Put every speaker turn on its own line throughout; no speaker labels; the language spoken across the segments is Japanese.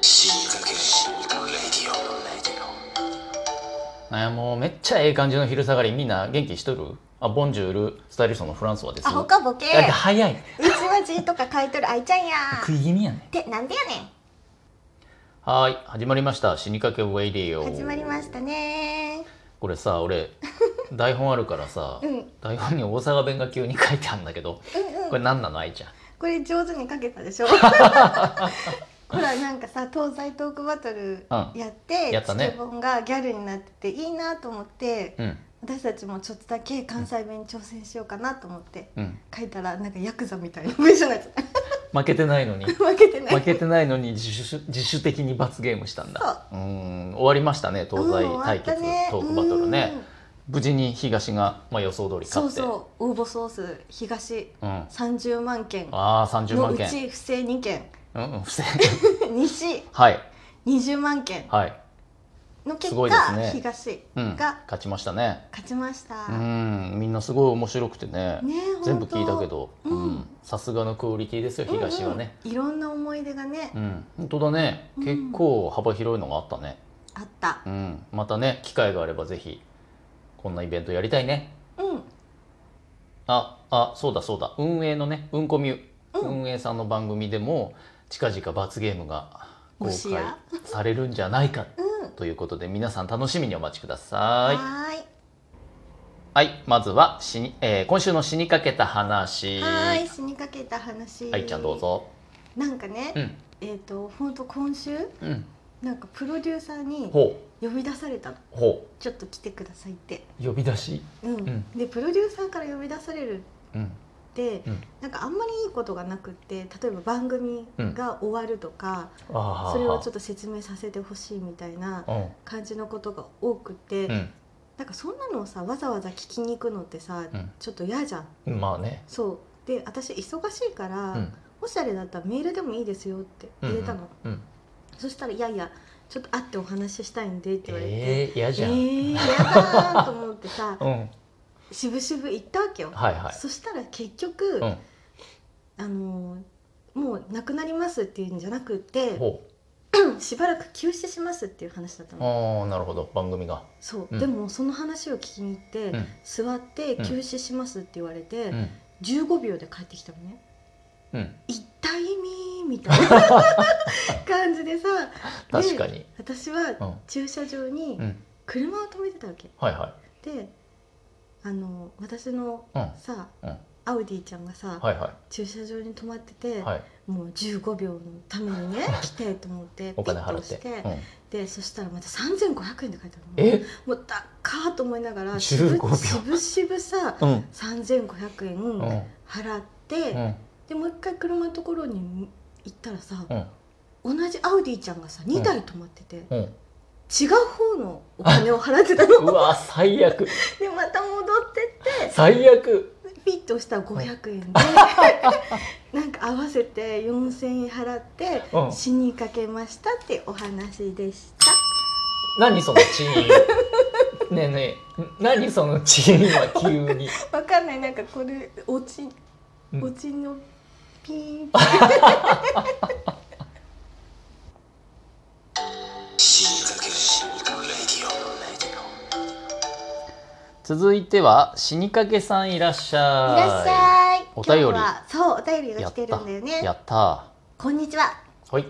ける新刊レディオ
なんやもうめっちゃええ感じの昼下がりみんな元気しとるあボンジュールスタイリストのフランソワです
アホかボケ
だって早いう
ちわじとか書いとるあいちゃんや
食い気味やね
ってなんでやね
はーい始まりました死にかけウェイディオ
ん始まりましたね
これさ 俺台本あるからさ、
うん
台本に大阪弁が急に書いてあるんだけどこれ何なの愛ちゃん
これ上手に書けた でしょほらなんかさ東西トークバトル
うん
やって、
やったね
チケボンがギャルになってていいなと思って、
うん
私たちもちょっとだけ関西弁に挑戦しようかなと思って
うん
書いたらなんかヤクザみたいな文章になっちゃった
負けてないのに
負けてない
負けてないのに自主自主的に罰ゲームしたんだうーん終わりましたね東西対決、
うん終わったね
トークバトルね
うん
無事に東が、まあ、予想通り勝っ
そう
て
そう応募総数東
うん、あ
30万件
あー30
の
万
う
件
ち不正2件
うんうん不正
西
はい
20万件
はい、
の結
すごいです
果、
ね
東
うん、
が
勝ちましたね
勝ちました、
うんみんなすごい面白くてね
ねえ
全部
ほんと
聞いたけど
うん
うんさすがのクオリティですよ東はね、
うんうんいろんな思い出がね、
うん本当だね
うん
結構幅広いのがあったね、
あった
うんまたね機会があればぜひこんなイベントやりたいね
うん
ああそうだそうだ運営のねうんこみゅ、
うん
運営さんの番組でも近々罰ゲームが公
もし
開
や
されるんじゃないか
うん
ということで皆さん楽しみにお待ちください。
はーい
はい、まずは死に、えー今週の死にかけた話。
はーい死にかけた話
愛ちゃんどうぞ。
なんかね、
うん、
えっ、と本当今週
うん、
なんかプロデューサーに
ほ
呼び出されたの
う、ほ
ちょっと来てくださいって
う、呼び出し。
うん、
ん
でプロデューサーから呼び出される
うん、
って、
うん
なんかあんまりいいことがなくって例えば番組が終わるとか、
ああ、
それをちょっと説明させてほしいみたいな
と。
感じのことが多くて、
うん、
なんかそんなのをさわざわざ聞きに行くのってさ、
うん
ちょっと嫌じゃん
うん、まあね。
そうで私忙しいから、
うん、
もしあれだったらメールでもいいですよって入れたの、
うん。うん、
そしたら「いやいやちょっと会ってお話ししたいんで」って言われて。えー
ええー、嫌じゃん。
やだーと思っ てさ
うん、
しぶしぶ行ったわけよ、
はいはい。
そしたら結局、
うん
あのーもうなくなりますっていうんじゃなくて
ほ
しばらく休止しますっていう話だった
う、
の
ああ、なるほど、番組が。
そう、
うん
でもその話を聞きに行って、
うん、
座って
うん
休止しますって言われて、
うん、
15秒で帰ってきたのね
うん、
一体意味みたいな 感じでさ
確かに。
私
う
は
ん、
駐車場に
うん、
車を止めてたわけ
はいは
であの私の
い。うん、
さ、
うん
アウディちゃんがさ、
はいは
駐車場に止まってて、
い。はい、
もう15秒のためにね来てと思って
お金払
と
っ。
してて、
うん、
でそしたらまた3500円で書いてあるの
え、
もう高っと思いながらし
15秒
ぶしぶしぶさ
うん、
3500
う
円
ん、
払って、
うん、
でもう一回車のところに行ったらさ、
うん、
同じアウディちゃんがさ2台止まってて、
うん。
違う方のお金を払ってたの
うわ、最悪、
でまた戻って
最悪。
ってピッと押したら500円で なんか合わせて4000円払って
うん
死にかけましたってお話でした
何そのチーン ねえねえ何そのチーンは急に
わかんないなんかこれ落ち
うん
落ちのピーン
死にかける新刊レディオ
続いては死にかけさんいらっしゃい
いらっしゃい
お便り
今日はそうお便りが来てるんだよ
や
ね
った
こんにちは
はい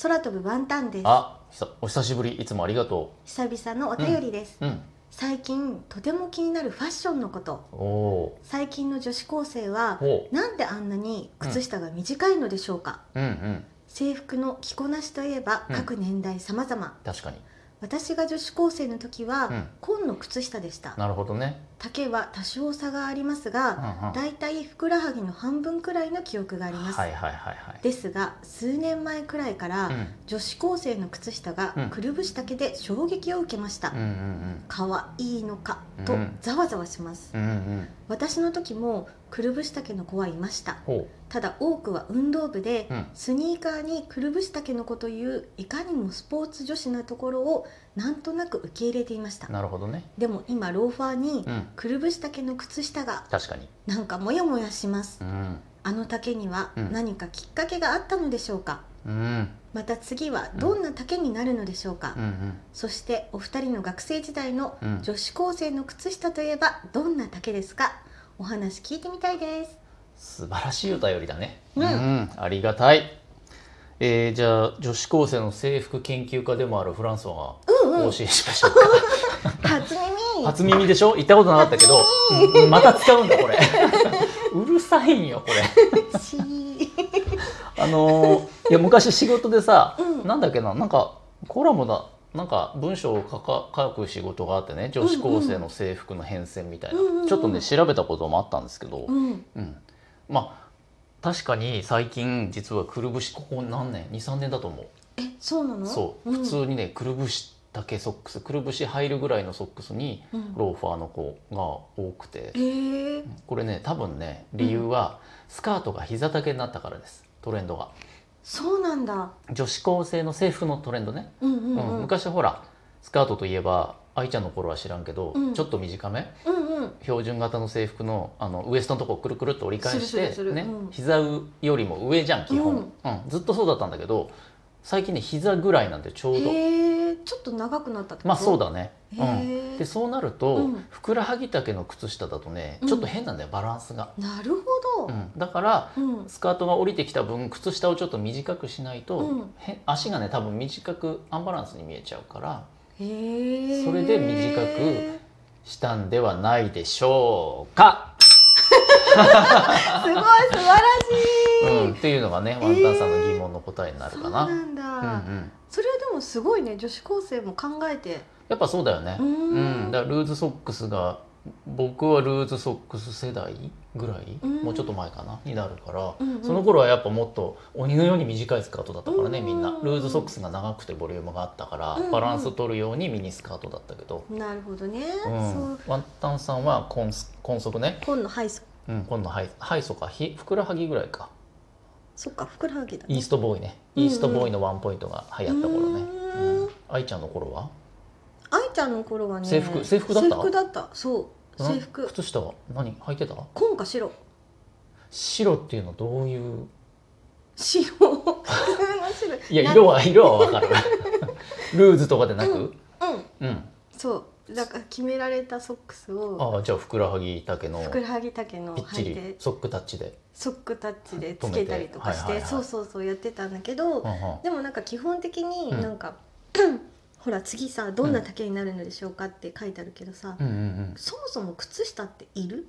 空飛ぶワンタンです
あひさお久しぶりいつもありがと
久々のお便りです、
ううん
最近とても気になるファッションのこと
おお
最近の女子高生は
ーお
なんであんなに靴下が短いのでしょうか、
うんうん
制服の着こなしといえば
うん
各年代様々、
確かに
私が女子高生の時は、
うん
紺の靴下でした
なるほどね
丈は多少差がありま
う
す
んう
が、
んはい
だいたいふくらはぎの半分くらいの記憶があります、
はいはいはい
ですが数年前くらいから、
うん
女子高生の靴下
うん
がくるぶし丈で衝撃を受けました、
うんうん
かわいいのか
う
と
ん
ざわざわします、
うんうんうん
私の時もくるぶし丈の子はいました
ほ
ただ多くは運動部で、
うん
スニーカーにくるぶし丈の子といういかにもスポーツ女子なところをなんとなく受け入れていました
うなるほどね
でも今ローファーに
うん
くるぶし丈の靴下が
確かに
なんかモヤモヤします
うん
あの丈には
うん
何かきっかけがあったのでしょうか、
うん
また次はどんな丈になるのでしょうか、
うんうん
そしてお二人の学生時代の
うん
女子高生の靴下といえばどんな丈ですかお話聞いてみたいです
素晴らしいお便りだね。
うん
ありがたい。えーじゃあ女子高生の制服研究家でもあるフランソワ
うんうん
がお教えしましょうか。
初耳
初耳でしょ行ったことなかったけど、うんうんまた使うんだこれ。うるさいんよこれ。
しい
あのーいや昔仕事でさ、
うん
なんだっけななんかコラムだなんか文章を書か書く仕事があってね女子高生の制服の変遷みたいな、
うんうんうん
ちょっとね調べたこともあったんですけど、
うん
うん、まあ確かに最近実はくるぶしここ何年23年だと思う
えそうなの
そう、普通にねくるぶし丈ソックスくるぶし入るぐらいのソックスに
うん
ローファーの子が多くて、
へえ
これね多分ね理由はスカートが膝丈になったからですトレンドが
そうなんだ
女子高生の制服のトレンドね、
うんう
うん
んうん、
昔ほらスカートといえば愛ちゃんの頃は知らんけど、
うん
ちょっと短め
うんうん
標準型の制服のあのウエストのとこをくるくるっと折り返し
する
て、
するする
ね
うん
膝よりも上じゃん基本、
うん
うんずっとそうだったんだけど最近ね膝ぐらいなんでちょうど
へえちょっと長くなったってこと
まあそうだね、
へ
うん、
え、
でそうなると、
うん
ふくらはぎ丈の靴下だとねちょっと変なんだよバランスが、
なるほ
う
ど
ん、だから
うん
スカートが降りてきた分靴下をちょっと短くしないと、
うん
へ足がね多分短くアンバランスに見えちゃうから
へえ
それで短くしたんではないでしょうか、
すごい素晴らし
う
い、
ん、っていうのがねワンタンさんの疑問の答えになる
そ
か
う
な。
なんだ、
うんうん
それはでもすごいね女子高生も考えて
やっぱそうだよね。
うーん
だからルーズソックスが僕はルーズソックス世代ぐらい、
うん
もうちょっと前かなになるから、
うんうん
その頃はやっぱもっと鬼のように短いスカートだったからね、
うん
みんなルーズソックスが長くてボリュームがあったから、
うんうん
バランス取るようにミニスカートだったけど、
なるほどね、
うん
そう
ワンタンさんは根根足ね、
今度ハイソ
うん、今度ハイハイソかひふくらはぎぐらいか
そっかふくらはぎだ
イーストボーイね
うんう
イ
ん
ーストボーイのワンポイントが流行った頃ね、
う
う
ーん
ん愛ちゃんの頃は
愛ちゃんの頃はね
制服制服だった
制服だったそう
な
制服
靴下は何履いてた
紺か白
白っていうのどういう
白普通の白
いや
な
色は色はわかる ルーズとかでなく
うん
うん、
そうだから決められたソックスを
ああじゃあふくらはぎ丈の
ふくらはぎ丈の
ぴっち
履い
り
て
ソックタッチで、
ソックタッチでつけたりとかして
止めてはいはいはい
そうそうそうやってたんだけ
うんう
ど、
ん
でもなんか基本的に
うん
なんか、 ほら次さどんな丈になるのでしょうかって書いてあるけどさ、
うんうんうん、
そもそも靴下っている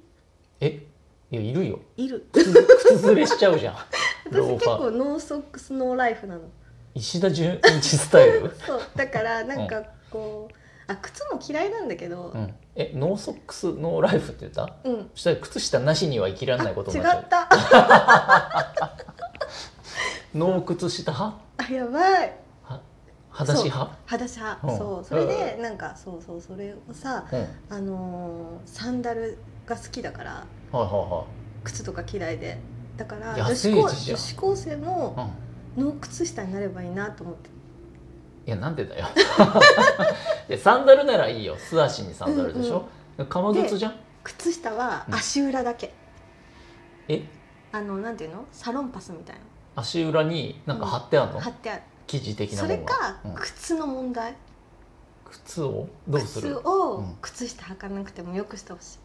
えいやい るよ
いる
靴靴ずれしちゃうじゃん
私
ロー
結
ファー
構ノーソックスノーライフなの
石田純一スタイ ル、
そうだからなんかこう、あ靴も嫌いなんだけど
うん、えノーソックスノーライフって言った
うん、
そしたら靴下なしには生きられ
あ
ない
違
ことになっちゃ
っ
う
た
ノー靴下派
あやばい
は裸足派
裸足派、
うん
そうそれでなんかそうそうそれをさ
うんはい
あのーサンダルが好きだから
は
靴とか嫌いでだから女
安い
子高
うちじゃん
女子高生
いはい、
も
うん
ノー靴下になればいいなと思って
いやなんでだよ いやサンダルならいいよ素足にサンダルでしょ、革靴じゃん
靴下は
うん
足裏だけ、
え
あのなんていうのサロンパスみたいな
足裏になんか貼ってあるの、
の貼ってある
生地的な
そ
も
れ
のが
か、
うん
靴の問題
靴をどうす
靴
るう
を
ん
靴下履かなくてもよくしてほしい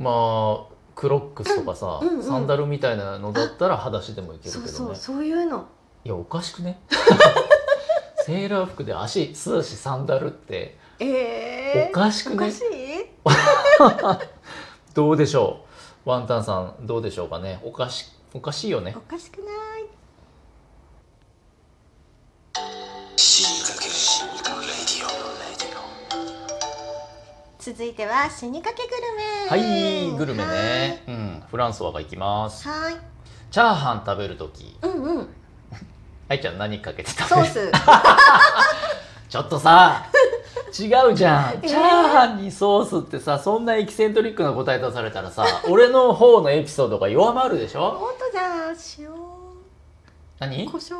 まあクロックスとかさ、
うんうんうん
サンダルみたいなのだったら裸足でもいけるけ
そ
ど
う
ね
そうそういうの
いやおかしくね セーラー服で足素足サンダルって
えー、
おかしくね
おかしい
どうでしょうワンタンさんどうでしょうかねおかしおかしいよね
おかしくない
死にかける死にかけるレディオレディオ
続いては死にかけグルメ
はいグルメねうんフランソワが行きます
はーい
チャーハン食べるとき
はーいうんうん
愛ちゃん何かけて食
ソー
べる
ス
ちょっと さ違うじゃん
えー
チャーハンにソースってさそんなエキセントリックな答え出されたらさ俺の方のエピソードが弱まるでしょ
本当じゃん塩
何
胡椒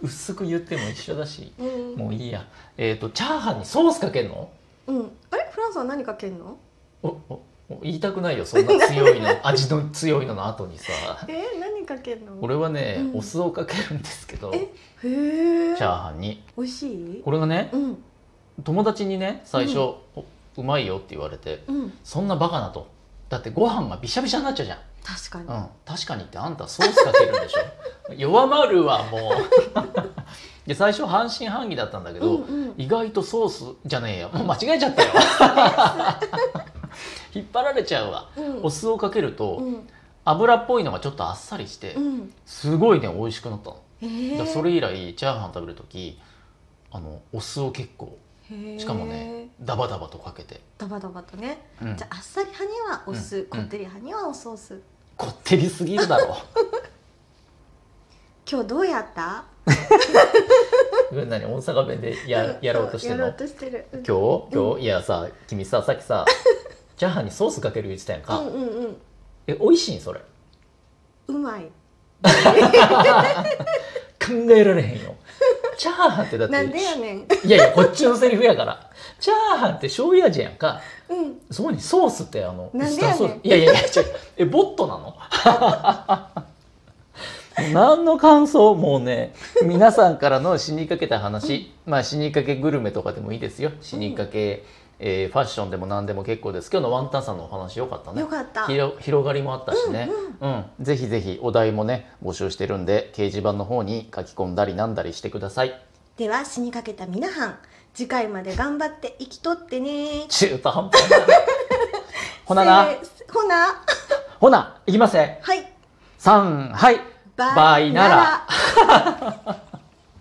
薄く言っても一緒だし
うん
もういいやえっ、とチャーハンにソースかけんの
うん、あれフランスは何かけんの
おおもう言いたくないよそんな強い の味の強いのの後にさ
え何かけるの
俺はね、
うん
お酢をかけるんですけどチ
へえ
ャーハンに
美味しい
これがね
うん
友達にね最初、
うん
おうまいよって言われて
うん
そんなバカなとだってご飯がびしゃびしゃになっちゃうじゃん
確かに、
うん、確かにってあんたソースかけるんでしょ 弱まるわもう で最初半信半疑だったんだけど、
うんうん
意外とソースじゃねえやもう間違えちゃったよ 引っ張られちゃうわ
うん
お酢をかけると、
うん
油っぽいのがちょっとあっさりして、
うん
すごいね美味しくなったの、
え
だ
ー
からそれ以来チャーハン食べる時あのお酢を結構しかもねダバダバとかけて、
ダバダバとね、
うん
じゃああっさり派にはお酢、
うん
こってり派にはおソース
こってりすぎるだろ
今日どうやった
何大阪弁でややろうとしてん
やろ
の
うとしてるうん
今日今日、いやさ君ささっき さチャーハンにソースかける言ってたやんか、
うんうんうん
え美味しいんそ れ
うまい
考えられへんよチャーハンってだって
なんでやねん
いやいやこっちのセリフやからチャーハンって醤油味やんか
うん
そこにソースってあの
なんでやねん
ウスターソースいやいやいや違うえボットな の何の感想もうね皆さんからの死にかけた話まあ死にかけグルメとかでもいいですよ死にかけ、えーファッションでも何でも結構です今日のワンタンさんのお話よかったね
よかった
広広がりもあったしね、うんぜひぜひお題もね募集してるんで掲示板の方に書き込んだりなんだりしてください
では死にかけた皆はん次回まで頑張って生きとってね
中途半端な ほなな
せーほな
ほないきますね
はい
3はいバイなら